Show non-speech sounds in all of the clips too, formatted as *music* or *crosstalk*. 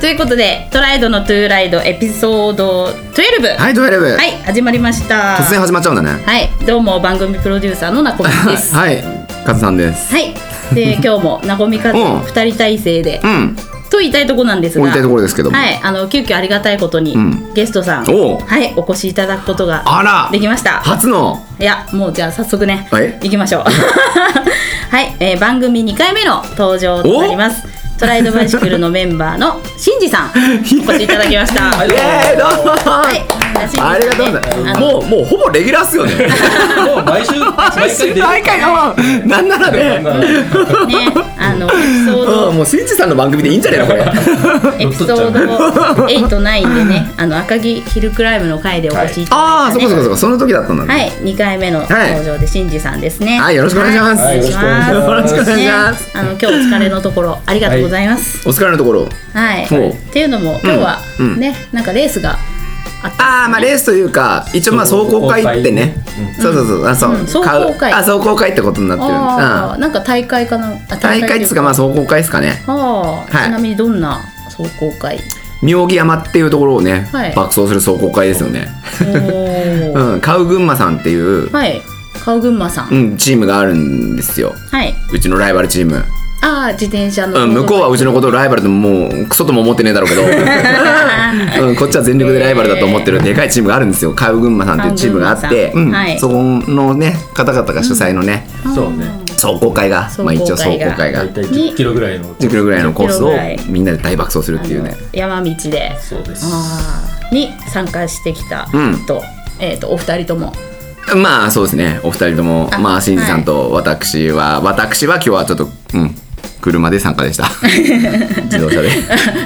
ということで「トライドのトゥーライド」エピソード12はい、ドエレブ。はい始まりました突然始まっちゃうんだね。はいどうも番組プロデューサーのなこみですは *laughs* はい、カズさんです。い *laughs* で今日もなこみかずうん2人体制で、うん、と言いたいとこなんですおが言いたいところですけども。はいあの急遽ありがたいことに、うんゲストさんおうはいお越しいただくことがあらできました初の。いやもうじゃあ早速ね、はい行きましょう *laughs* はい、えー番組2回目の登場となりますトライドバイシクルのメンバーのしんじ *laughs* さんお越しいただきましたイエーイ、どうも。はいじさんねありがとうございまあす。のもう、もうほぼレギュラーっ *laughs* すよね。もう毎週毎回出て毎回、あーなんならね。ねあのエピソーうドん、もうしんちさんの番組でいいんじゃねえの、これ。エピソード89でねあの赤城ヒルクライムの回でお越しいたあだあ、いそた、ねこそこそこ、その時だったんだね。はい2回目の登場でしんじさんですねはいよろしくお願いしますはお願いしますはいよろしくお願いしますねあの今日お疲れのところありがとうございます、お疲れのところ。はい。っほうていうのも今日はうんうんね、なんかレースがあった。ああまあレースというか一応まあそう壮行会ってね、そうそうそうあそう、うん壮行会買うあ壮行会ってことになってるあうーんなんか大会かな。あ大会っつうかまあ壮行会ですかねあーはいちなみにどんな壮行 *laughs* 会。妙義山っていうところをね、はい爆走する壮行会ですよね、おーうん、カウ群馬さんっていう、はい。顔群馬さん。うん、チームがあるんですよはい。うちのライバルチーム、ああ自転車の。うん、向こうはうちのことをライバルとももうクソとも思ってねえだろう *laughs* けど、うん、こっちは全力でライバルだと思ってるでかいチームがあるんですよカウ群馬さんっていうチームがあって、カウう群ん馬さんはいそこのね方々が主催のね、そうね壮行会が、まあ、一応壮壮行会行が会が大体10キロぐらいの10キロぐらいのコース10キをロぐらいみんなで大爆走するっていうねあの山道で。そうですあーに参加してきたうんと、えっとお二人とも。 *laughs* まあそうですねお二人ともあまあしんじさんと私は、私は今日はちょっとうん車で参加 *laughs* でした自動車で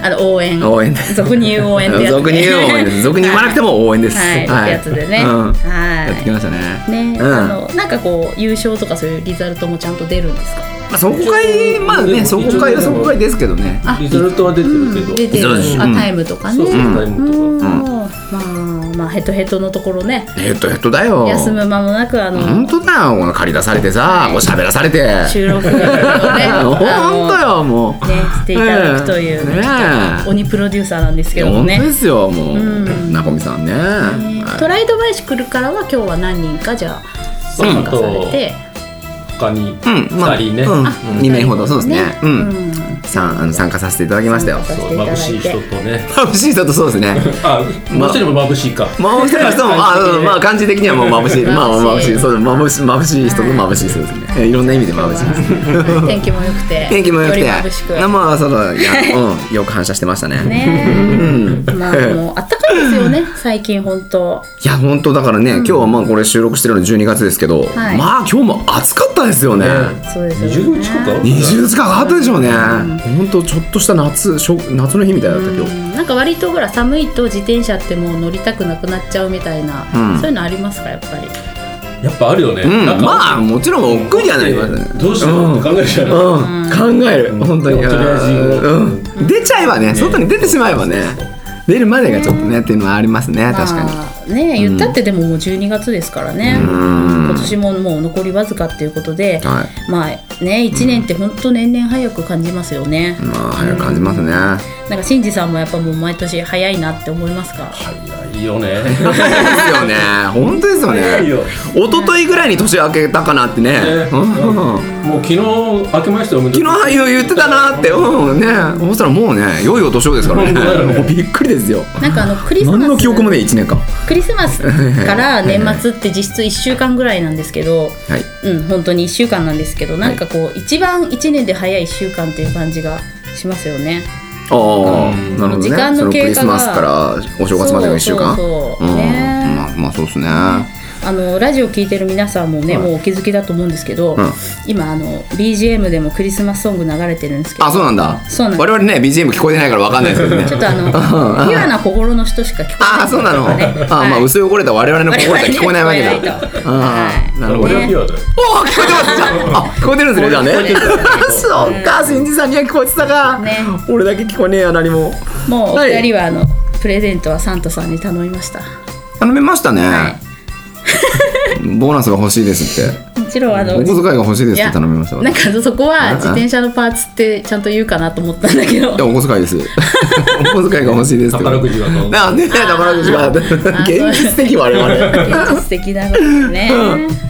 あの応援。応援で俗に言う応援ってやつね。 *laughs* 俗に言う応 *laughs* 援です俗に言わなくても応援ですはい、はい、ってやつでね。うんやってきはましたねい。ね、うんあの、なんかこう、優勝とか、そういうリザルトもちゃんと出るんですか。まあ壮行会まあね壮行会は壮行会ですけどねあリザルトは出てるけど、出てるそうですあうんタイムとかね。そううそんうタイムとか、まあ、まあ、ヘトヘトのところね。ヘッドヘッドだよ休む間もなく、あの本、当だよこの借り出されてさこう喋らされて収録をね。 *laughs* 本当あよもう *laughs* のね、していただくという、ねえ鬼プロデューサーなんですけども本当でね。すよもんうなこみさんねねはいトライドバイシクルからは今日は何人かじゃあそう参加されて、他にうんまあ2人ね、うんうん二名ほどそうですねううんん、さんあの参加させていただきましたよ参加そう眩しい人とね眩しい人とそうですね *laughs* あもう一人も眩しいか、まあもう一人の人もまあうんまあ感じ的にはもう眩しいまあ眩眩しいしいそう眩しい眩しい人と眩しい人ですねえいろんな意味で眩しいですね *laughs* 天気も良くて、天気も良くよてり眩しく。まあそのいやうんよく反射してましたねねうん *laughs* え、まあもうあったかいですよね、最近本当。いや本当だからね今日はまあこれ収録してるの12月ですけどはいまあ今日も暑かったですよねねそうですよね。 20度近くある20度近くあったでしょうね、ほんとちょっとした夏しょ夏の日みたいだった今う日、んなんか割とほら寒いと自転車ってもう乗りたくなくなっちゃうみたいな、うんそういうのありますかやっぱり。やっぱあるよね、うんなんかまあもちろん億劫にはなりますねどうしようって考えるじゃない、うん、考える、本当にとりあえずうん、出ちゃえばね外に出てしまえばね出るまでがちょっとねっていうのはありますね確かに、まあね言ったってでももう12月ですからね。ん今年ももう残りわずかっていうことで、はいまあね1年って本当年々早く感じますよね。まあ早く感じます *laughs* ね、なんかしんじさんもやっぱもう毎年早いなって思いますか。早いよねですよね本当ですよ早いねよ一昨日ぐらいに年明けたかなってね、ねうんもう昨日明けましたよおめでとう昨日言ってたなってうんねそしたらもうね良いお年をですから本当だよねねもうびっくりですよなんかあのクリスマス何の記憶もね1年間はクリスマスから年末 *laughs* って実質1週間ぐらいなんですけど、いうん、本当に1週間なんですけどなんかこう一番1年で早い1週間っていう感じがしますよね。ああ、うんなるほどね時間のその経ク過がリスマスからお正月までの1週そ間うそうそううんねまあまあそうですねあのラジオ聞いてる皆さんもね、もうお気づきだと思うんですけど、ん今あの BGM でもクリスマスソング流れてるんですけどあそうなんだそうなんです我々ね BGM 聞こえてないからわかんないですけど *laughs* ねちょっとあの *laughs* ピュアな心の人しか聞こえないああそうなの、ねああまあ薄汚れた我々の心が聞こえないわけだ、我々ね聞こえないとああなるほど俺ねはピュアだよおお聞こえてますじゃああ聞こえてるんですねじゃあね聞こえてる *laughs* そうか新次さんには聞こえてたか、ね俺だけ聞こえねえや何ももうおはい二人はあの、プレゼントはサンタさんに頼みました。頼みましたね、はボーナスが欲しいですってもちろんあのお小遣いが欲しいでいすっやて頼みましたなんかそこは自転車のパーツってちゃんと言うかなと思ったんだけど *laughs* いやお小遣いですお小遣いが欲しいですとか宝くじはどうあね宝くじは現実的我々現実的なことね。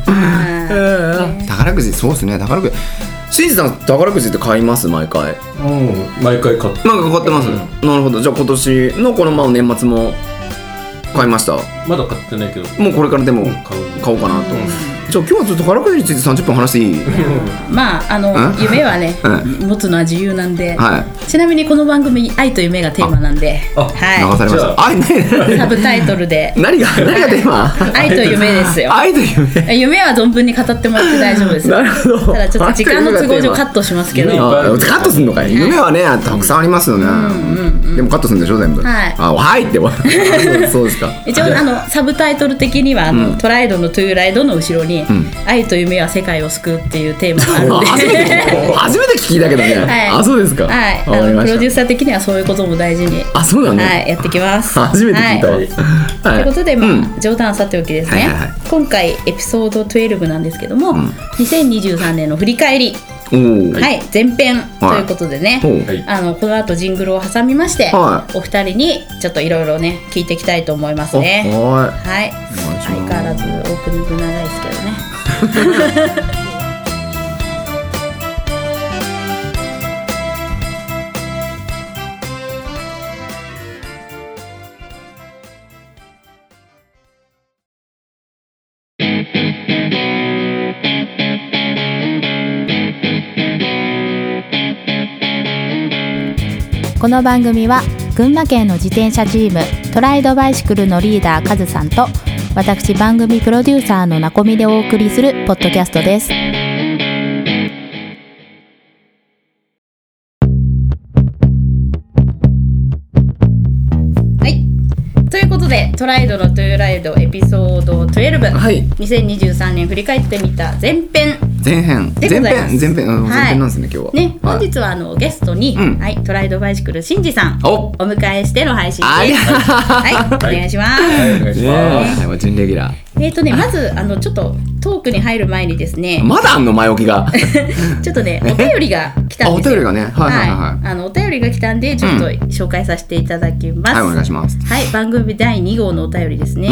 はい宝くじそうですね宝くじしんじさん宝くじって買います毎回うん毎回買ってなんか買ってます、なるほどじゃあ今年のこのまま年末も買いましたまだ買ってないけどもうこれからでも買う買おうかなと、じゃあ今日はちょっと宝くじについて30分話していいまああのうん夢はねう持つのは自由なんで。はいちなみにこの番組愛と夢がテーマなんで。ああ流さはれましじゃたあね *laughs* い。サブタイトルで何が何がテーマ愛と夢ですよ。愛と夢夢は存分に語ってもらって大丈夫ですよ。なるほどただちょっと時間の都合上カットしますけど。夢ははあカットすんのかい夢はねたくさんありますよね、でもカットするんでしょ全部はいあはい *laughs* ってそうそうですか一応あのサブタイトル的にはあの、トライドのトゥーライドの後ろに、愛と夢は世界を救うっていうテーマがあるんで。初めて *laughs* 初めて聞いたけどね、はいあそうですか、はい、わかあのりまプしロたデューサー的にはそういうことも大事に、あそうだね、はい、やってきます。初めて聞いたわ、ははいいということで、まあうん冗談はさておきですね、はいはいは今回エピソード12なんですけども、2023年の振り返り、おーはい前編ということでね、ほうはいあのこの後ジングルを挟みまして、はいお二人にちょっといろいろね聞いていきたいと思いますね。ははい願いします相変わらずオープニング長いですけどね。この番組は群馬県の自転車チームトライドバイシクルのリーダーカズさんと私番組プロデューサーのなこみでお送りするポッドキャストですはいということで「トライドのトゥーライド」エピソード12、いはい2023年振り返ってみた前編前編で前ご編ざいます前編うんはい前編なんですね、今日はねはい本日はあのゲストに、うんはい、トライドバイシクルしんじさんおお迎えしての配信ありです。がとはい、お願いします。はいお願いしますう準レギュラーえっ、とね、まず、あの、ちょっとトークに入る前にですね、まだあんの前置 *laughs* きがちょっとね、お便りが来たんですよ。あお便りがねはいはいはいはいあの、お便りが来たんで、ちょっと紹介させていただきます。はいお願いしますはい、番組第2号のお便りですね。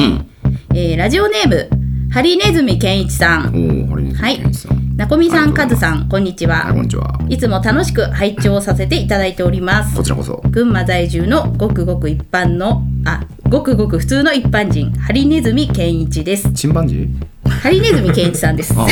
えーラジオネーム、ハリネズミ健一さおん、ー堀はい健一さんなこみさありん、かがとうごずざさん、こんにちはいはこん。にちはいつも楽しく拝聴させていただいておりますこ。ちらこそ群馬在住のごくごく一般のあごくごく普通の一般人ハリネズミ健一ですチンパンジーハリネズミ健一さんですあ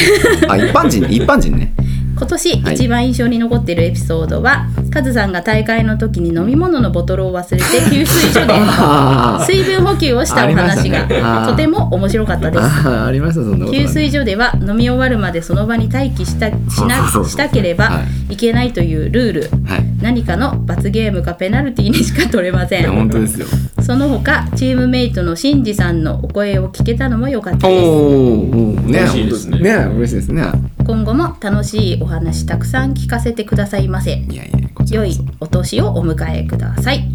あ一般人一般 *laughs* 人ね今年はい一番印象に残っているエピソードは、カズさんが大会の時に飲み物のボトルを忘れて給水所であー水分補給をしたお話が、ありましたねあーとても面白かったですあーありましたそんなこと給水所では飲み終わるまでその場に待機したしなそうそうそうしたければはいけないというルール、はい何かの罰ゲームかペナルティにしか取れませいやん本当ですよその他チームメイトのシンジさんのお声を聞けたのも良かっおたーですおーね嬉しいですね本当ね嬉しいですね今後も楽しいお話たくさん聞かせてくださいませいやいやこちら良こいそお年をお迎えください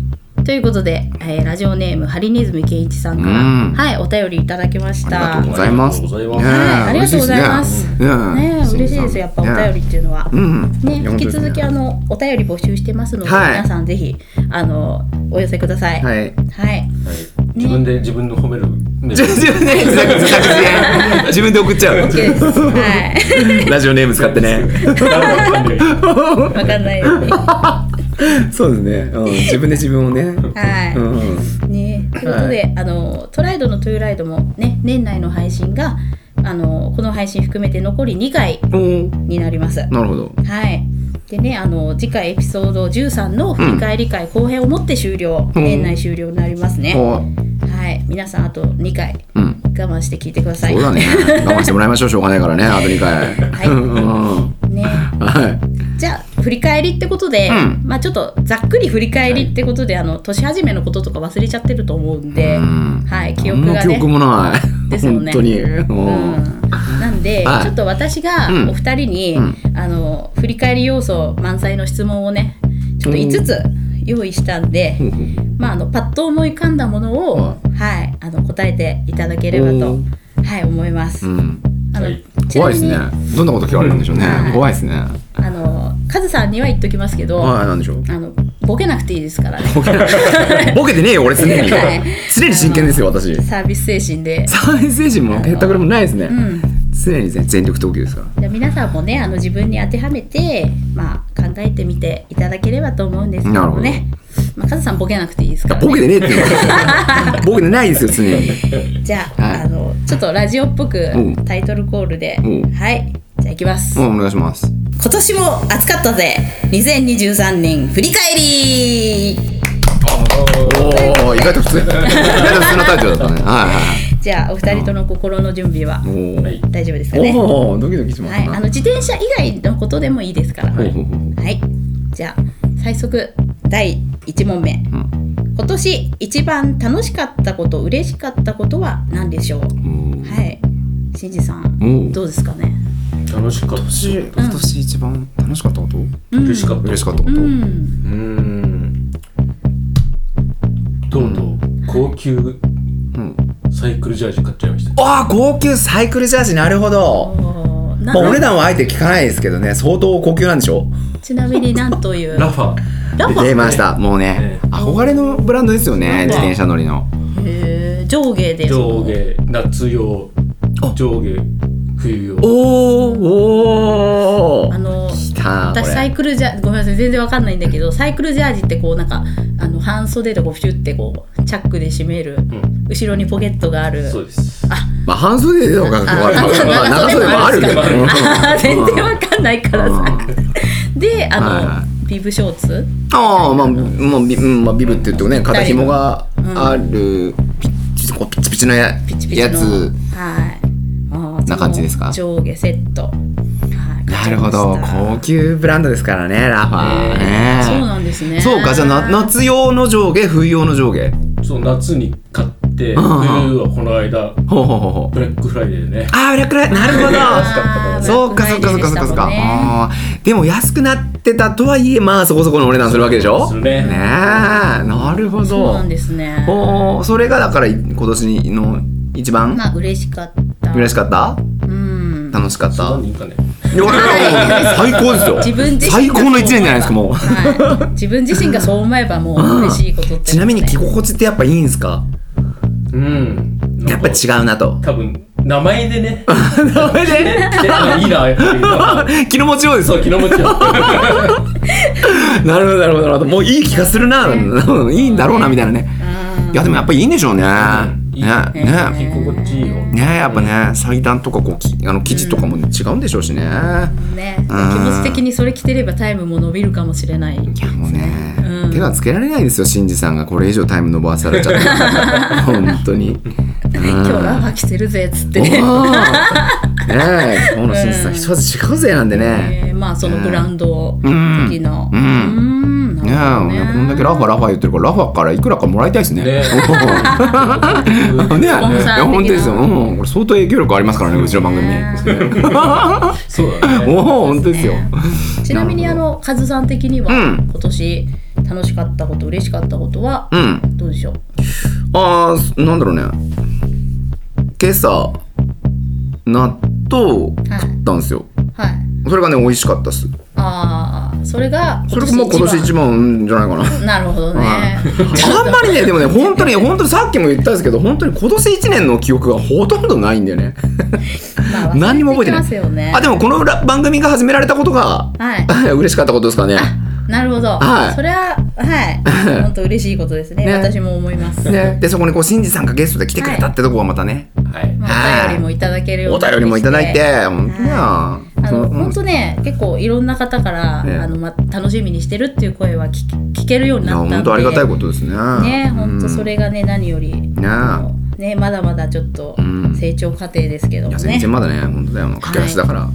ということで、えーラジオネームハリネズミケンイチさんからうんはいお便りいただきましありたがとうございますありがとうございますねはいありがとうございますね嬉えしい嬉でしすねいですやっぱお便りっていうのは、うんね、いや引本当きです続きあのお便り募集してますので、はい皆さんぜひあのお寄せください。ははいいはい自分で自分の褒めるね自分で自作自作自演自分で送っちゃう OK です。 *laughs* はラジオネーム使ってねい。わかんないよね。そうですね、うん、自分で自分をね、 *laughs* はい。うん、ね、ということで、あのトライドのトゥーライドもね年内の配信があのこの配信含めて残り2回うんになります。なるほどはい。でねあの次回エピソード13の振り返り会後編をもって終了、うん年内終了になりますね。あはい。皆さんあと2回うん我慢して聞いてください。そうだね *laughs* 我慢してもらいましょうしょうがないからねあと2回はいうんうんね。はいじゃあ振り返りってことで、うんまあちょっとざっくり振り返りってことで、あの年始めのこととか忘れちゃってると思うんで、うんはい記あ憶んまが記ね憶。もないですよ本ね当にううんんなんで、はいちょっと私がうんお二人に、うんあの振り返り要素満載の質問をねちょっと5つ用意したんで、ほうほうまあ、あのパッと思い浮かんだものを、ははい、あの答えていただければとお、はい、思います。うんあのはいちな怖いみですにねどんなこと聞かれるんでしょうねはい怖いですねあのカズさんには言っときますけど、はいなんでしょうあのボケなくていいですからね *laughs* ボケてねえよ俺常にはい常に真剣ですよ私サービス精神でサービス精神もへったくれもないですねうん常に全全力投球ですからじゃあ皆さんもねあの自分に当てはめて、まあ、考えてみていただければと思うんですけどもねまあ、カズさんボケなくていいですから、ね、ボケてねえって言う *laughs* のボケてないですよ常にじゃあ,、はいあのちょっとラジオっぽくうんタイトルコールで、うんはいじゃあいきます、うんお願いします今年も暑かったぜ2023年振り返りおお意外と普通意外と普通のタイトルだったねはいはいじゃあお二人との心の準備はおはい大丈夫ですかーねおードキドキしますはい、あのな自転車以外のことでもいいですからははい、いじゃあ最速第1問目、ん今年一番楽しかったこと嬉しかったことは何でしょうはいしんじさんうんどうですかね *laughs* 楽しかった今年一番楽しかったこと嬉しかった嬉しかったこうとんうーんとうとう高級んサイクルジャージ買っちゃいましたああ高級サイクルジャージなるほどおーなまあお値段はあえて聞かないですけどね相当高級なんでし *laughs* ょちなみになんというラファラファ出ましたもうねええ憧れのブランドですよね自転車乗りのへー上下で上下夏用上下冬用おーおあーの来た私サイークルジャごめんなさい全然わかんないんだけどサイクルジャージってこうなんかあの半袖でこうフィュってこうチャックで締める、ん後ろにポケットがあるそうですまあ半袖とか *laughs* あまあまあ長袖もあるけど長袖もあー *laughs* 全然わかんないからうさであの、はいはビブショーツああまあ、まあビうんまあ、ビブって言うとね肩紐があるピッチこうピチピチのやピチピチのやつはいあーな感じですかその上下セットはいなるほど買っちゃいま高し級ブランドですからねラファーたねそうなんですねそうかじゃあな夏用の上下冬用の上下そう夏に買って冬んうんはこの間ほうほうほうほうブラックフライデーねああブラックライなるほあーど *laughs* そうかそうかそうかそうかそうか、ブラックフライデーでしたもんねあーでも安くなってたとはいえまあそこそこのお値段するわけでしょするねえなるほどそうなんですねおーそれがだから今年の一番まあ嬉しかった嬉しかったうん楽しかっ何た人かねいや俺らもう最高です *laughs* よ自分自身最高の一年じゃないですかもうはい、自分自身がそう思えばもう嬉しいことって、ちなみに着心地ってやっぱいいんですかうんやっぱ違う *laughs* なと多分名前 *laughs* でねダメでであいいなやっぱ *laughs* り気の持ちようですそう気の持ちよなるほどなるほどなるほどもういい気がするな、うんいいんだろうなみたいなねうんいやでもやっぱりいいんでしょうね。いいねねね着心地いいよやっぱね祭壇とかこうきあの生地とかも違うんでしょうしね。ね、気持ち的にそれ着てればタイムも伸びるかもしれないいやもうね、うん *laughs* 手がつけられないですよ新次さんがこれ以上タイム伸ばされちゃったら本当に。今日ラファ着てるぜっつっておね、ーねえ今日の新次さん一味違うぜなんでね。えーまあそのブランドうん的なうんんなねるえ、ほどねこんだけラファラファ言ってるからラファからいくらかもらいたい *laughs* ですね。ねンサーねえ、い的なや本当ですよ。うん、これ相当影響力ありますからね、うちの番組。そうだねおお、本当ですよ。ちなみにあのカズさん的には、うん今年楽しかったこと嬉しかったことはうん。どうでしょうあーなんだろうね今朝納豆食ったんですよ、はいそれがね美味しかったっすああそれがそれがもう今年一番じゃないかななるほどね *laughs* あんまりねでもね本当に本当にさっきも言ったんですけど本当に今年1年の記憶がほとんどないんだよねまあ何にも覚えて忘れますなよい、ねあでもこの裏番組が始められたことが *laughs* はい嬉しかったことですかねなるほど、はいそれは *laughs* はい本当嬉しいことですねね私も思います、ねでそこにこう新次さんがゲストで来てくれたってとこがまたね、はいまあ、お便りもいただけるようおになって便りもいただいて本当になあそののうん本当ね結構いろんな方から、ねあのま、楽しみにしてるっていう声は聞き聞けるようにいやなったんで本当ありがたいことですねね本当それれがね何より、ねあのねまだまだちょっとうん成長過程ですけどいもやね全、然まだね本当だよ駆け足だから、はい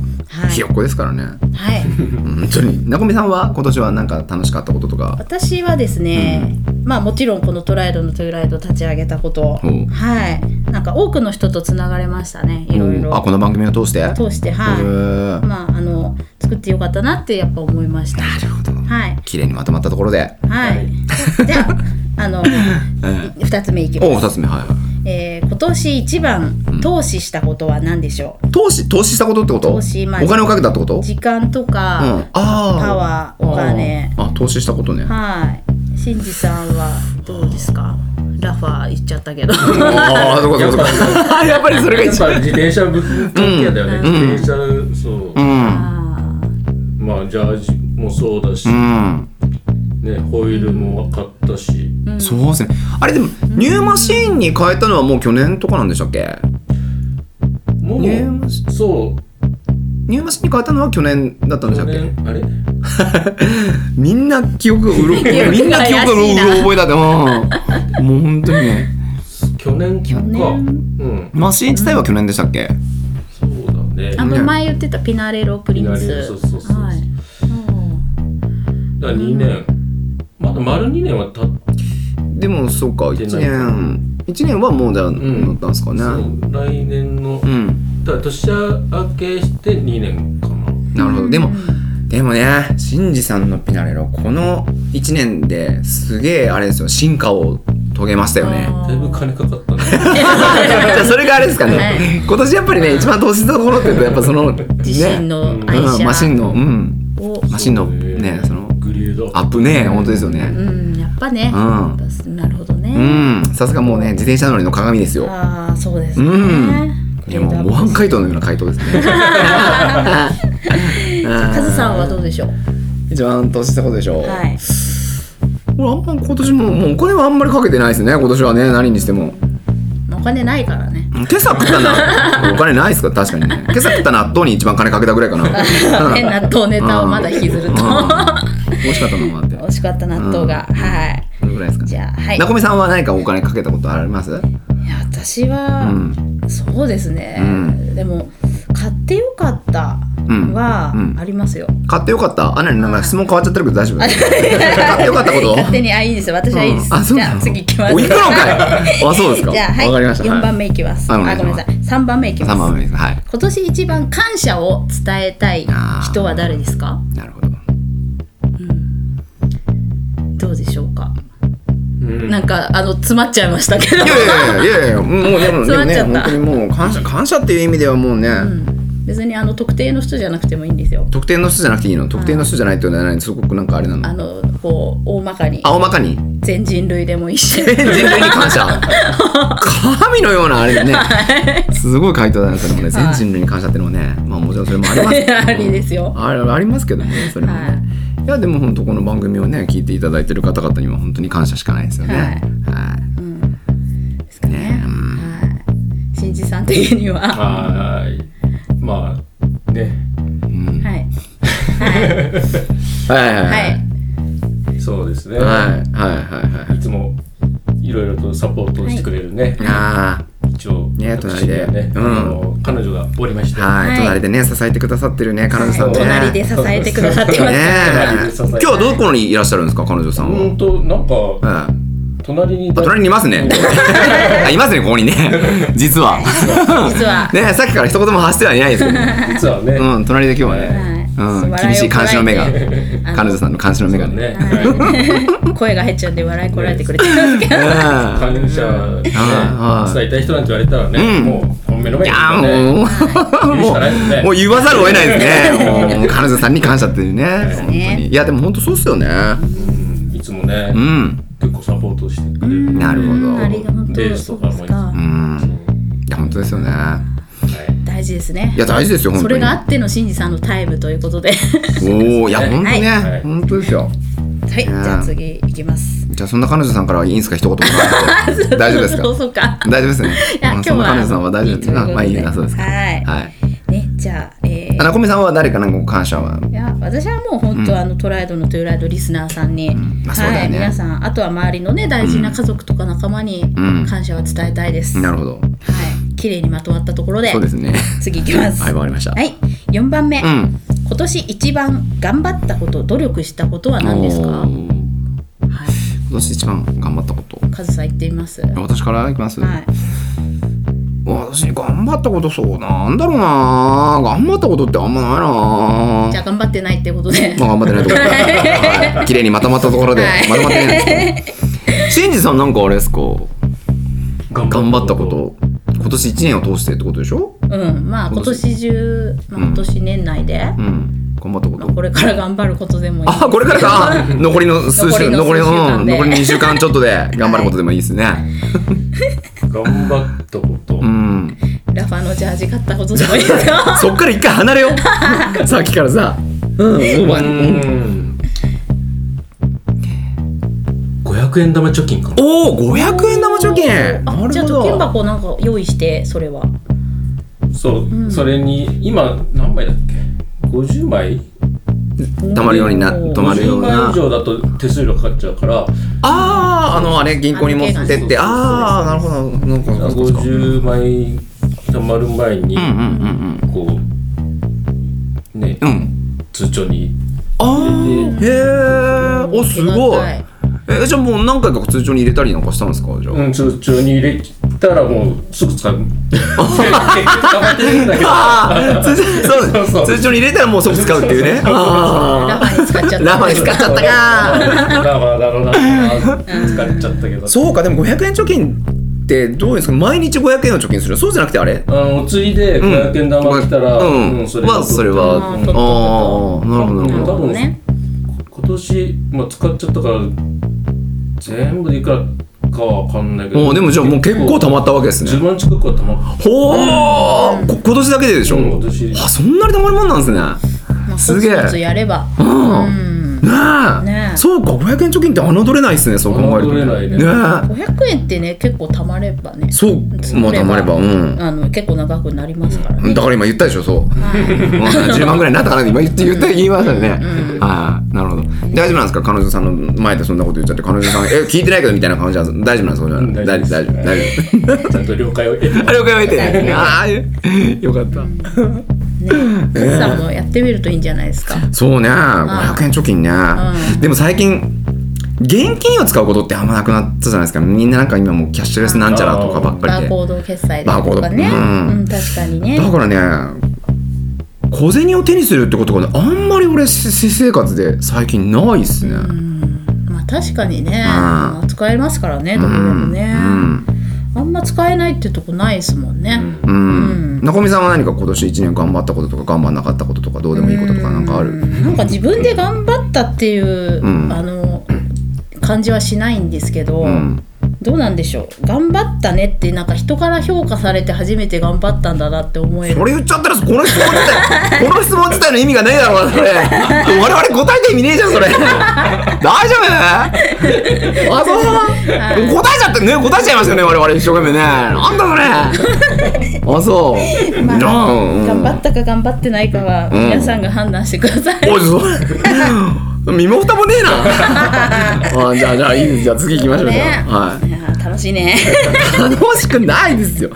ひよっこですからね、はい本当になこみさんは今年はなんか楽しかったこととか私はですね、まあもちろんこのトライドのトゥーライド立ち上げたこと、おうはいなんか多くの人とつながれましたねいろいあろこの番組を通して通してはい、へーまああの作ってよかったなってやっぱ思いましたなるほどはい綺麗にまとまったところで *laughs* *laughs* はい、じゃああの、二つ目いきおまお二つ目はいはいすえー今年一番投資したことは何でしょう、投資投資したことってこと投資まあお金をかけたってこと時間とうんか、あーパワーお金あーあ投資したことねはいしんじさんはどうですかラファー言っちゃったけどああそうかそうかそうかやっぱりそれがやっ一番ぱ自転車ぶ関係だよね、うん自転車そう、うん *laughs* あまあジャージもそうだし、うんねホイールも買ったしそうですねあれでもニューマシーンに変えたのはもう去年とかなんでしたっけもねマジうそうニューマシーンに変えたのは去年だったんでし去たっけ年あれみんな記憶がうろ憶が怪しいなみんな記憶がうろ覚えだってうんもう本当にね去年かうんマシーン自体は去年でしたっけそうだねーあの前言ってたピナレロプリンピナレロスそうそうそうそうはいうんだから2年まだ丸2年は経ってでもそうか1出ない年1年はもうじゃあ乗ったんですかねそう来年のうんだから年明けして2年かななるほど *laughs* でもでもねシンジさんのピナレロこの1年ですげえあれですよ進化を遂げましたよねあーだいぶ金かかったね *laughs* じゃあそれがあれですかね、はい今年やっぱりね一番投資したところって言うとやっぱそのね *laughs* 自身の愛うん、マシン車のうんを、マシンのそうねそのグリュードアップね本当ですようねん、やっぱね、うんやっぱなるほどうね、んさすがもうね自転車乗りの鏡ですよああそうですね、うんいやもう模範解答のような *laughs* 回答ですねカズさんはどうでしょう一番投資したことでしょう、はい俺あんま今年ももうお金はあんまりかけてないですね今年はね何にしてもお金ないから *laughs* ね今朝食った *laughs* なお金ないですか確かにね今朝食った納豆に一番金かけたぐらいかなね納豆ネタをまだ引きずるとうんうん美味しかったな待っ *laughs* 美味しかった納豆が、はいてどれぐらいですかじゃあはいいなこみさんは何かお金かけたことありますや私は、うんそうですね、うんでも買ってよかったはうんうんありますよ、買ってよかったあなになんか質問変わっちゃってるけど *laughs* 大丈夫買ってよかったこと勝手にあいいです私はいいです、うんあそうじなゃのあ次行きますおいくのかいあそうです *laughs* かじゃあはいわかりました4番目いきます、はいあごめんなさい3番目いきます3番目ですはい今年一番感謝を伝えたい人は誰ですかなるほどどうでしょうかうんなんかあの詰まっちゃいましたけどいやいやいやいやいやもうでもでもねそうな本っちゃった当にもう感謝感謝っていう意味ではもうね、うん別にあの特定の人じゃなくてもいいんですよ特定の人じゃなくていいの特定の人じゃないっていうのは何すごくなんかあれなあののこう大まかにあ大まかに全人類でもいいし全人類に感謝神のようなあれでねすごい回答だなそれもね全人類に感謝ってのもねまあもちろんそれもありますけ *laughs* どありですよあれありますけどもねそれもね、、はいやでも本当この番組をね聞いていただいてる方々には本当に感謝しかないですよねはいはいですかねはい新次さん的にはははーいまあねいはいはいはいははいいそうですね、はいはいはいい、つもいろいろとサポートをしてくれるね、ああ一応ね隣で私にはねうんあの彼女がおりまして、はい、はい隣でね支えてくださってるね彼女さんおね、隣で支えてくださってますねえ隣で支え今日てはどこにいらっしゃるんですか彼女さんは、ほんとなんかはい隣にいあた隣にいますね *laughs* あいますねここにね実は *laughs* 実はねさっきから一言も発してはいないですけどね実はね、うん隣で今日はね、はいうん、厳しい監視の目が笑いをこらえて *laughs* あの彼女さんの監視の目がねね、 *laughs* 声が減っちゃうんで笑いこらえてくれてますけどうん感謝ねはい伝えたい人なんて言われたらね、うんもう本目のい前やに *laughs* ーねもう言うしかないですねもう言わざるを得ないですねもうもう彼女さんに感謝っていうね本当にいやでも本当そうっすよねうんいつもね、うん結構サポートしてくれるなるほどうんありがとうレースそとうかでもすかうんいや本当ですよねはい大事ですねいや大事ですよ本そ当れにがあっての新次さんのタイムということではおおいや本当ね、はい本当ですよいじゃあ次いきますじゃあそんな彼女さんからはいいんですか一言もらって大丈夫ですかそうそうか大丈夫ですねいや今うん日そんなは彼女さんは大丈夫ですいいということあでまあいいなそうですかはいはいねじゃあえーあなこみさんは誰かなんかこう感謝はいや私はもう本当、あのトライドのトゥーライドリスナーさんに、まあそうだはよい、ね皆さんあとは周りのね大事な家族とか仲間にん感謝は伝えたいです、なはるほどい綺麗にまとまったところでそうですね次いきますはいわかりましたはい4番目、うん今年一番頑張ったこと努力したことは何ですかおーは今い年一番頑張ったことカズさん言ってみますは私からいきます、い私頑張ったことそうなんだろうな頑張ったことってあんまないなじゃあ頑張ってないってことでまあ頑張ってないところ *laughs* で、はい、綺麗にまとまったところで、はい *laughs* まとまってないですけど。しんじさんなんかあれですか。頑張ったこと今年1年を通してってことでしょ *laughs* うんまあ今年中、まあ、今年年内で、うん頑張ったこまとあ、これから頑張ることでもいいあこれからか *laughs* あ残りの数残週残りのり数週の間うんで残りの2週間ちょっとで頑張ることでもいいですね、頑張ったことうんラファのジャージ買ったことでもいいですよ *laughs* そっから一回離れよ *laughs* うさっきからさうんもうううんん500円玉貯金かなおお500円玉貯金なるほあどじゃあ貯金箱なんか用意してそれはそう、それに今何枚だっけ50枚たまるようになおー止まるよう50枚な以上だと手数料かかっちゃうからあああのあれ銀行に持ってってああなるほどなんかなんかなんか50枚貯まる前にうんうんこうねうんうん通帳にああへえおすごいえじゃあもう何回か通帳に入れたりなんかしたんですかじゃあ、うん通帳に入れたらもうすぐ使う捕まってるんだけどああ *laughs* 通帳そうそそうう通帳に入れたらもう即使うっていうねラあファに使っちゃっあたラファに使っちゃったかだわだろうな疲れちゃったけどそうかでも500円貯金ってどうですか毎日500円を貯金するそうじゃなくてあれあのおついでうん500円玉来たら、うんまあそれはあーああなるほどなるほなるどほどね今年、まあ、使っちゃったから全部でいくらかは分かんないけどもうでもじゃあもう結構溜まったわけですね10万近くはたまっほーこ今年だけででしょ、うん今年あそんなにたまるもんなんですねまあすげえコツコツやればうんうんねえねえそうか500円貯金って侮れないですねそう考えると侮れないねね500円ってね結構たまればねえそうまあたまればうんあの結構長くなりますからねだから今言ったでしょそう、はいうん10万ぐらいになったかなって今言って言った言いましたよね、ああなるほど大丈夫なんですか彼女さんの前でそんなこと言っちゃって彼女さんえ聞いてないけどみたいな感じなんです大丈夫なんですか大大丈夫大丈丈夫夫大丈夫たちゃんと了解を得て *laughs* あれを考えてねああよかった、ねさんもやってみるといいんじゃないですかそうね、500円貯金ね、うでも最近現金を使うことってあんまなくなったじゃないですかみんななんか今もうキャッシュレスなんちゃらとかばっかバりーでコード決済でバーコとードかねうんうん確かにねだからね小銭を手にするってことがねあんまり俺し私生活で最近ないっすね、まあ確かにね、う使えますからねどこでもね、あんま使えないってとこないですもんね、うんうん中見さんは何か今年1年頑張ったこととか頑張んなかったこととかどうでもいいこととかなんかあるなんか自分で頑張ったっていう、うんあの感じはしないんですけど、うんどうなんでしょう頑張ったねってなんか人から評価されて初めて頑張ったんだなって思えそるれ言っちゃったらこの質問自 *laughs* 体この質問自体の意味がねえだろうな *laughs* それ我々答えた意味ねえじゃんそれ大丈夫 *laughs* あそう答えちゃってね答えちゃいますよね我々一生懸命ねなんだ *laughs* それあそう、まあうんうん頑張ったか頑張ってないかはん皆さんが判断してください、おいそ *laughs* れ身も蓋もねえ *laughs* なあじゃあじゃあいいですじゃあ次行きましょうじゃねあ、はいいやー楽しいねい、楽しくないですよ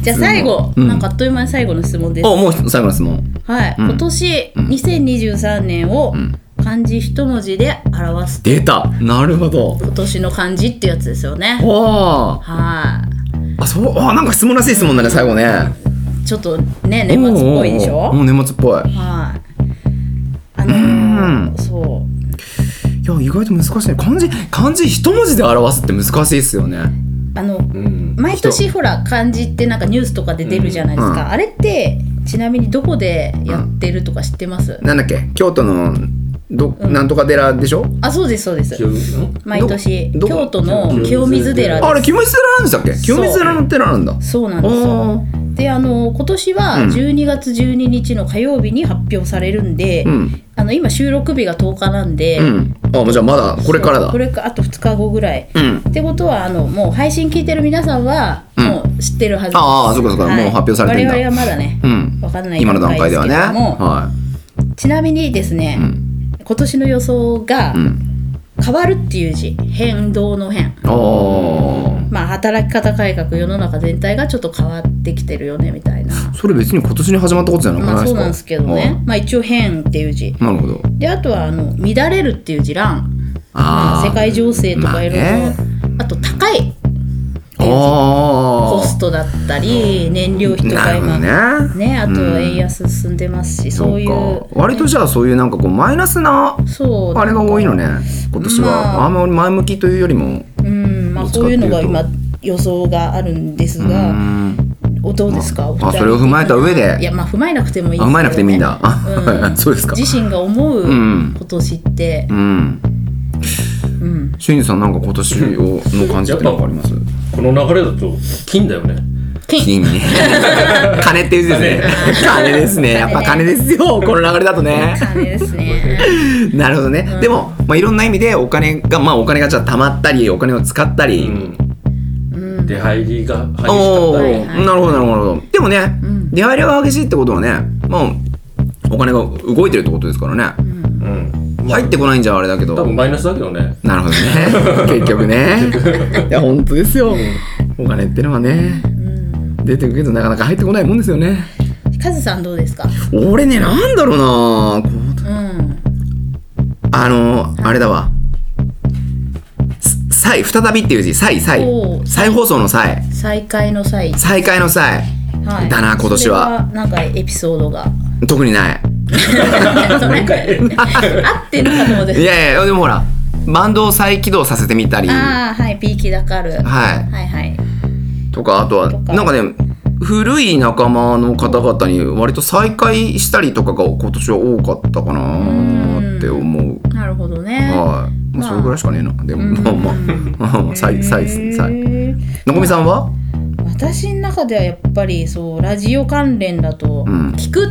じゃあ最後、なんかあっという間に最後の質問ですおもう最後の質問はい、今年2023年を漢字一文字で表す出たなるほど今年の漢字ってやつですよね。おーはあそうあなんか質問らしい質問だね最後ねい、ちょっとね年末っぽいでしおょー。おーおー年末っぽいはい。あのーそいや意外と難しいね漢字漢字一文字で表すって難しいですよねうあのうん毎年ほら漢字ってなんかニュースとかで出るじゃないですか。うんあれってちなみにどこでやってるとか知ってます？なんだっけ京都のど、なんとか寺でしょあそうですそうですき。ゅうん毎年どこ京都の清水寺ですあれ清水寺なんでしたっけう清水寺の寺なんだそうなんですよ。おーであの今年はうん12月12日の火曜日に発表されるんで、うんあの今収録日が10日なんで、うんあもうじゃあまだこれからだこれかあと2日後ぐらい。うんってことはあのもう配信聞いてる皆さんはうんもう知ってるはずです、ああそうかそうかもう発表されてんだ我々はまだね、うんわかんない今の段階ではねすけどもはちなみにですね、いうん今年の予想がうん変わるっていう字変動の変ああまあ働き方改革世の中全体がちょっと変わってきてるよねみたいなそれ別に今年に始まったことじゃなくないまあですそかうなんですけどねまあ一応変っていう字はいなるほどであとはあの乱れるっていう字乱ああ世界情勢とまあかいろいろねあと高いああコストだったり燃料費となかるほ今どねねあと円安進んでますし、そういうそうか割とじゃあそういうなんかこうマイナスなそうあれが多いのね今年は、まああ、んまり前向きというよりもうんまあどっちそかっうていいううとのが今予想があるんですうーが、んおどうですか、あお二人的にそれを踏まえた上でいやまあ踏まえなくてもいいあ踏まえなくてもいいんだう *laughs* そうですか自身が思ううん今年ってう、んうん俊二さんなんか今年をの感じって何かありますこの流れだと金だよね金金ね *laughs* 金っていう字ですね金ですねやっぱ金ですよこの流れだとね金です *laughs* ね。なるほどね、でも、まあ、いろんな意味でお金がまあお金がじゃあ貯まったりお金を使ったり、うん出入りが激しかおっお、たはいりはいなるほどなるほどでもね、ん出入りが激しいってことはねまあお金が動いてるってことですからね、うん入ってこないんじゃあれだけど多分マイナスだけどねなるほ *laughs* どね結局ねいや本当ですよ、お金ってのはね出てくるけどなかなか入ってこないもんですよねカズさんどうですか。俺ねなんだろうなこううん。あのあれだわ「さい」再びっていう字「さい」「さいお」ー再放送の「さい」再会の際。再開の「さい」はいだな今年はそれなんかエピソードが。特 *laughs* にないなんか *laughs* 合ってるかと思って。いやいやでもほらバンドを再起動させてみたりはああはいピーキだかる。いはいはい。とかあとはとかなんかね古い仲間の方々に割と再会したりとかが今年は多かったかなって思うなるほどね。はいままああそれぐらいしかねえなでもまあまあ *laughs* まあまあ再再再へーのこみさんは私の中ではやっぱりそうラジオ関連だとうん「聞く」っ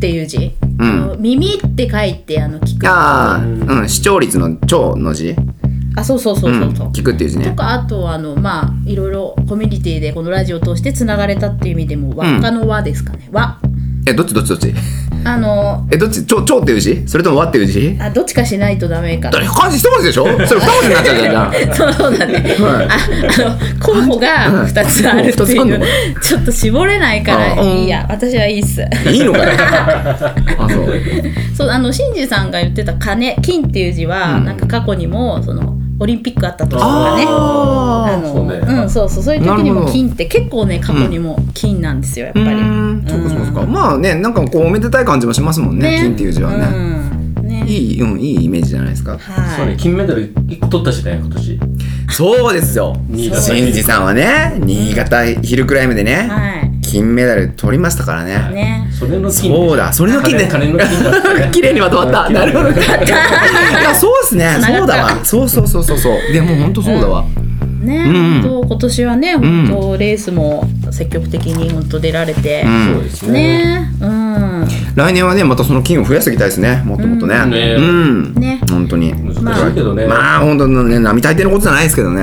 ていう字、うん耳って書いてあの聞くああうん視聴率の「超」の字あそうそうそううそんうそう、聞くっていう字とねかあとあのまあいろいろコミュニティでこのラジオを通してつながれたっていう意味でも輪っかの輪ですかね、輪えどっちどっちどっちあのえどっち「超」超っていう字それとも「和」っていう字あどっちかしないとダメかだなから漢字一文字でしょそれ二文字になっちゃうじゃんじゃ *laughs* んそうそうだね、はいああの候補が2つあるってうん二つあんいのうちょっと絞れないかあらうんいいや私はいいっすいいのかよ。 *laughs* あ、そう。そうあの新次さんが言ってた金金っていう字は、うんなんか過去にもそのオリンピックあった時とかね。あーあのそううねん、そうそうそういう時になるほもど金って結構ね過去にも金なんですよやっぱり。そうかそうかそうか。まあね、なんかこうおめでたい感じもしますもんね。金っていう字はね。うんねいい、うん、いいイメージじゃないですか。そはうねい。金メダル1個取ったしね今年そうですよ。新潟新次さんはね、新潟ヒルクライムでね、は金メダル取りましたからい。ね。ね。それの金そうだ、それの金で。金金の金だったね綺麗にまとまった。なるほどね。いや、そうですね。繋そがうっだたわ。そうそうそうそうそう。でも本当そうだわ。ね、う本ん当今年はねん本当レースも積極的に本当出られてう、。そうんですねね、うん、来年はね、またその金を増やしていきたいですね。もっともっとね。うんねうん。ね本当に。難しいけどね、まあ本当のね並大抵のことじゃないですけどね。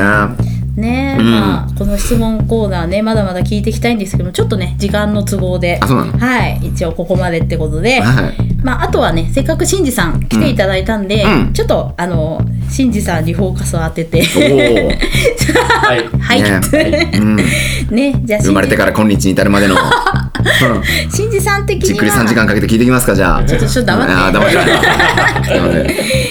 ね、うんまあこの質問コーナーねまだまだ聞いていきたいんですけどもちょっとね時間の都合であ、そうなの。はい一応ここまでってことで、はい。まあ、あとはねせっかくしんじさん来ていただいたんで、うんちょっとあのしんじさんにフォーカスを当てておお。はいはい、ね *laughs* ねうん。じゃあし生んまれてじから今日に至 *laughs* るまでの。うんしんじさん的じっにくりは三時間かけて聞いてきますかじゃあ。ちょっとちょっと黙ってあー *laughs* 黙って。黙っ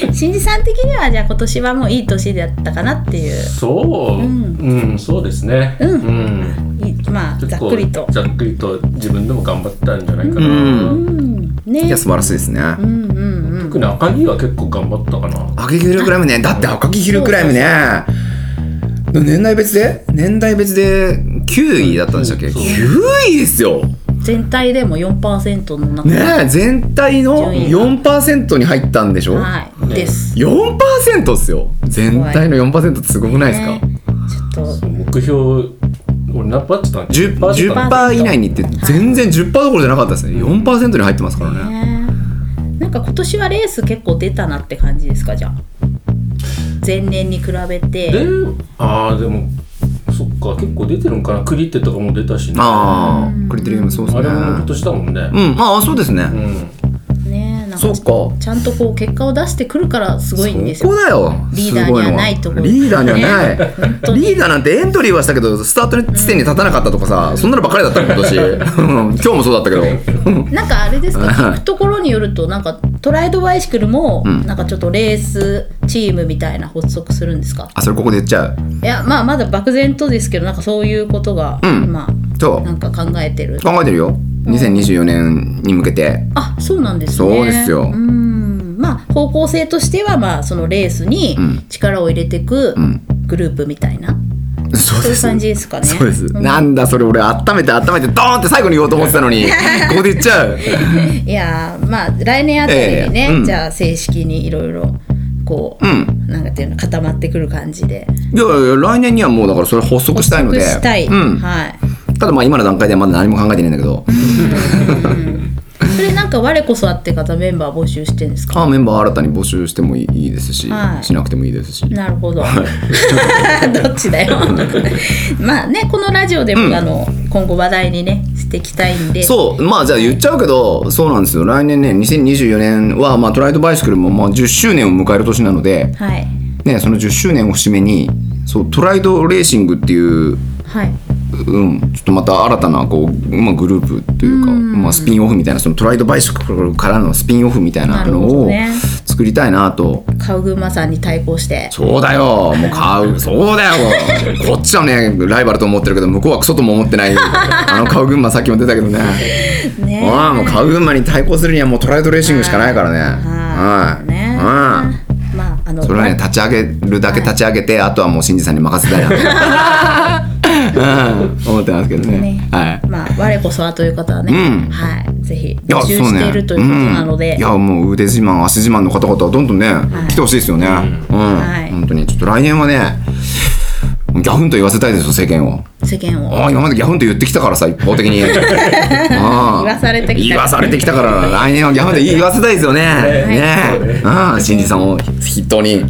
て。しんじさん的にはじゃあ今年はもういい年だったかなっていうそうう、んうん、そうですね。うんんいまあざ結っ構くりと。ざっくりと自分でも頑張ったんじゃないかな。うんうんねいや素晴らしいですね。うんうんうん特に赤城は結構頑張ったかな。赤木ヒルクライムね。だって赤木ヒルクライムね。年代別で年代別で9位だったんでしたっけうんそう ?9 位ですよ全体でも4%の中、ねえ全体の4%に入ったんでしょはい、ねです、 4%っすよ全体の4%ってすごくないですか、ね、ちょっとそう目標俺何パーって言っ 10%, たの？パーって言ったの10%以内にって全然10%どころじゃなかったですね4%に入ってますからねねなんか今年はレース結構出たなって感じですかじゃあ前年に比べてで、ああでもそっか結構出てるんかな。クリってとかも出たしね。ああクリテリウムそうですあねれも今年だもんね。うんまあそうですね、うん。ねなんそかっかちゃんとこう結果を出してくるからすごいんですそこよだよリーダーにはないところすごいのはリーダーにはない、本当にリーダーなんてエントリーはしたけどスタートに地点に立たなかったとかさ、そんなのばっかりだったの今年うん今日もそうだったけどなんかあれですかは聞いくところによるとなんかトライドバイシクルもうんなんかちょっとレースチームみたいな発足するんですかあそれここで言っちゃういやまあまだ漠然とですけどなんかそういうことがうん今そなんか考えてるう考えてるよ2024年に向けてあそうなんですね。そうですようんまあ方向性としてはまあそのレースにうん力を入れていくうんグループみたいなそそううでいうす感じですかね。そうです、んなんだそれ俺温めて温めてドーンって最後に言おうと思ってたのにここで言っちゃういやーまあ来年あたりにね、ええうんじゃあ正式にいろいろこう、うんなんかっていうの固まってくる感じでいやいや来年にはもうだからそれ発足したいのでしたい、うん、はい。ただまあ今の段階ではまだ何も考えてないんだけど、それなんか我こそあって方メンバー募集してんですか。あメンバー新たに募集してもいいですし、はいしなくてもいいですしなるほ *laughs* ど。どっちだよ。まあねこのラジオでも、あの今後話題にねしていきたいんで。そうまあじゃあ言っちゃうけどそうなんですよ来年ね2024年は、まあ、トライドバイシクルもまあ10周年を迎える年なので、はいね、その10周年を節目にそうトライドレーシングっていう、はい。うん、ちょっとまた新たなこう、まあ、グループというか、まあ、スピンオフみたいなそのトライドバイシクルからのスピンオフみたいなのなるほどをね作りたいなと。カウグマさんに対抗して。そうだよもう *laughs* 買うそうだよこっちはねライバルと思ってるけど向こうはクソとも思ってないあの買う群馬さっきも出たけどねねうんもう買う群馬に対抗するにはもうトライドレーシングしかないからねは。はいいね。まああうのんそれはね立ち上げるだけ立ち上げてあとはもう新次さんに任せたい *laughs* なうん思ってますけどねねはいまあ我こそはという方はね、うんはいぜひい募集しているということなので、うんいやもう腕自慢足自慢の方々はどんどんね、い来てほしいですよね、うんはい本当にちょっと来年はねギャフンと言わせたいですよ世間を世間をああ今までギャフンと言ってきたからさ一方的 *laughs* にああ言わされてきた言わされてきたから来年はギャフンと言わせたいですよね、ねああ新次さんを筆 *laughs* 頭に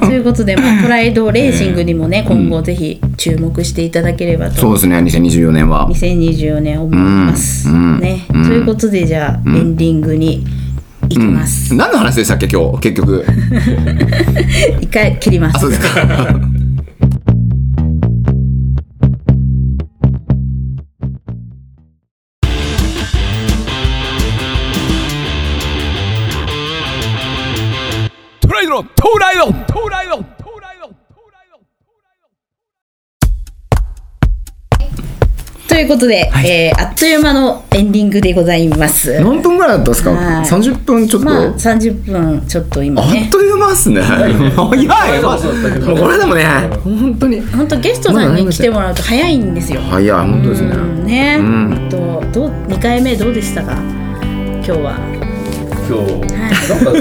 ということで、まあ、トライドレーシングにもね、今後ぜひ注目していただければそうとですね2024年は2024年思います、うんうんね、うんということでじゃあ、エンディングに行きます、何の話でしたっけ今日結局一回切りまあすそうですかトライドントライドントライドントライドントライドンということで、えーあっという間のエンディングでございます何分ぐらいだったんですかはい30分ちょっと、まあ30分ちょっと今あっねという間っすね。早い。まあもうこれでもね、本当に。本当ゲストさんに来てもらうと早いんですよ早い、本当ですね。うんね、うんえっとどう二回目どうでしたか今日は。今日なんか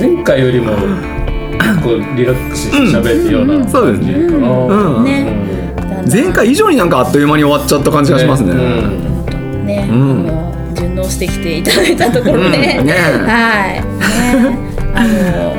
前回よりもこうリラックスして喋るようなそうで感すじねかな、うんうんね前回以上になんかあっという間に終わっちゃった感じがしますね。うんね、んもう順応してきていただいたところで、うんねはいね。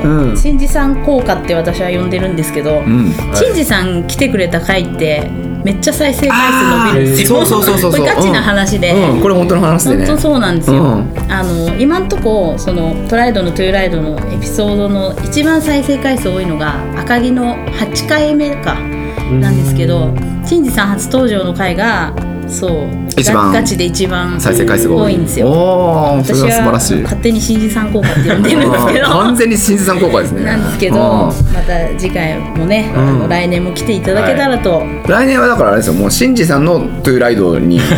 あの、うん新次さん効果って私は呼んでるんですけど、うん。新次さん来てくれた回ってめっちゃ再生回数伸びるんですよ。あーそうそうそうそうこれガチな話で。うん、これ本当の話で本ね。当そうなんですよ、うんあの今んとこそのトライドのトゥーライドのエピソードの一番再生回数多いのが赤城の8回目かなんですけど陳治さん初登場の回がそう一番ガチで一番再生回数が多いんですよおお、そ私れはは素晴らしい。勝手に新次さん効果って呼んでるんですけあどー完全に新次さん効果ですね。なんですけどうまんた次回もね、あのうん来年も来ていただけたらと、来年はだからあれですよ、もう新次さんのトゥーライ *laughs* ドに番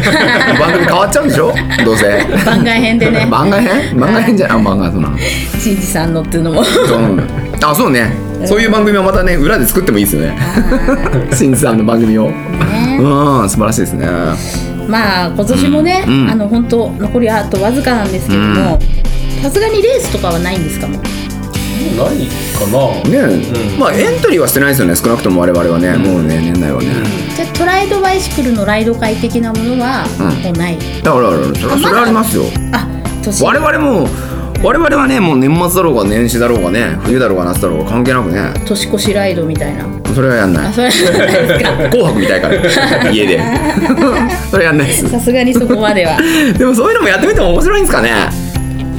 組変わっちゃうんでしょ？どうせ。番外編で *laughs* ね番外編？番外編じゃない、あ漫画そんなの。新次さんのっていうの *laughs* もうんあそうねそういう番組はまたね裏で作ってもいいですよね *laughs* しんさんの番組をうん素晴らしいですねまあ今年もね、うんうんあの本当残りあとわずかなんですけどもさすがにレースとかはないんですかもうないかな、ね、うんまあエントリーはしてないですよね少なくとも我々はね、もうね年内はね、じゃあトライドバイシクルのライド会的なものはうんもうない、だからそれはそれはありますよあ年我々も我々はねもう年末だろうが年始だろうがね冬だろうが夏だろうが関係なくね年越しライドみたいなそれはやんなあいそれはないです *laughs* か紅白みたいから家でそれやんないですさすがにそこまではでもそういうのもやってみても面白いんですかね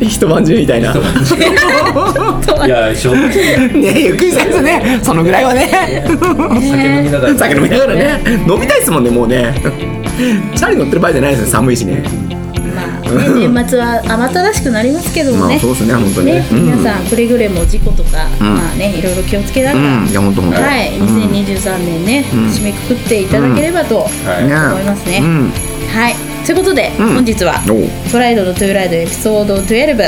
一晩中みたいないや一緒 *laughs* ねゆっくりせずねそのぐらいはね酒飲みながら酒飲みながらね飲みたいですもんねもうねチャリ乗ってる場合じゃないですよ寒いしねまあ、ね、年末は慌ただしくなりますけどもまねあそうですね本当にね、うん皆さんくれぐれも事故とか、んまあねいろいろ気をつけながら、うんいや本当本当はい2023年ね、締めくくっていただければと思いはいますね、うんはい、ということで、うん本日はおうトライドのトゥーライドエピソード12、ん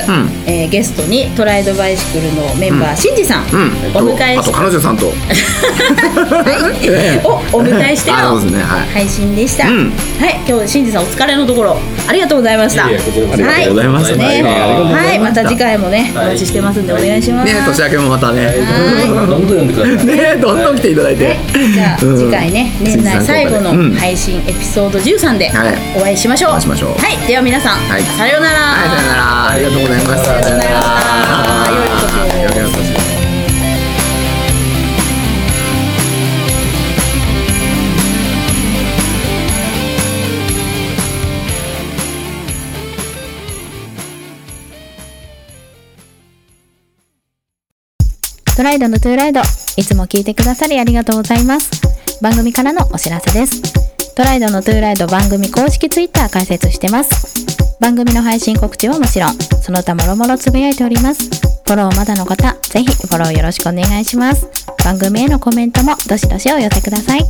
えーゲストにトライドバイシクルのメンバー、しんじさん、うんお迎えあとし彼女さんとて、 *laughs* おお迎えしてあのそうですねはい配信でした、うんはい今日しんじさんお疲れのところありがとうございましたいやいやこちらこそはありがとうございますねはいありがとうござはいいまましたた次回もねお待ちしてますんでお願いします、ね年明けもまたねどんどん読んでくださいねどんどん来ていただいてじゃあうん次回ね年内最後のうん配信エピソード13ではいお会いしましょうお会いしましょうはいでは皆さんはいさようならはいさよならありがとうございましたありがとうございました良いお年を良いお年をトライドのトゥーライド。いつも聞いてくださりありがとうございます。番組からのお知らせです。トライドのトゥーライド番組公式ツイッター開設してます。番組の配信告知はもちろん、その他もろもろつぶやいております。フォローまだの方、ぜひフォローよろしくお願いします。番組へのコメントもどしどしお寄せください。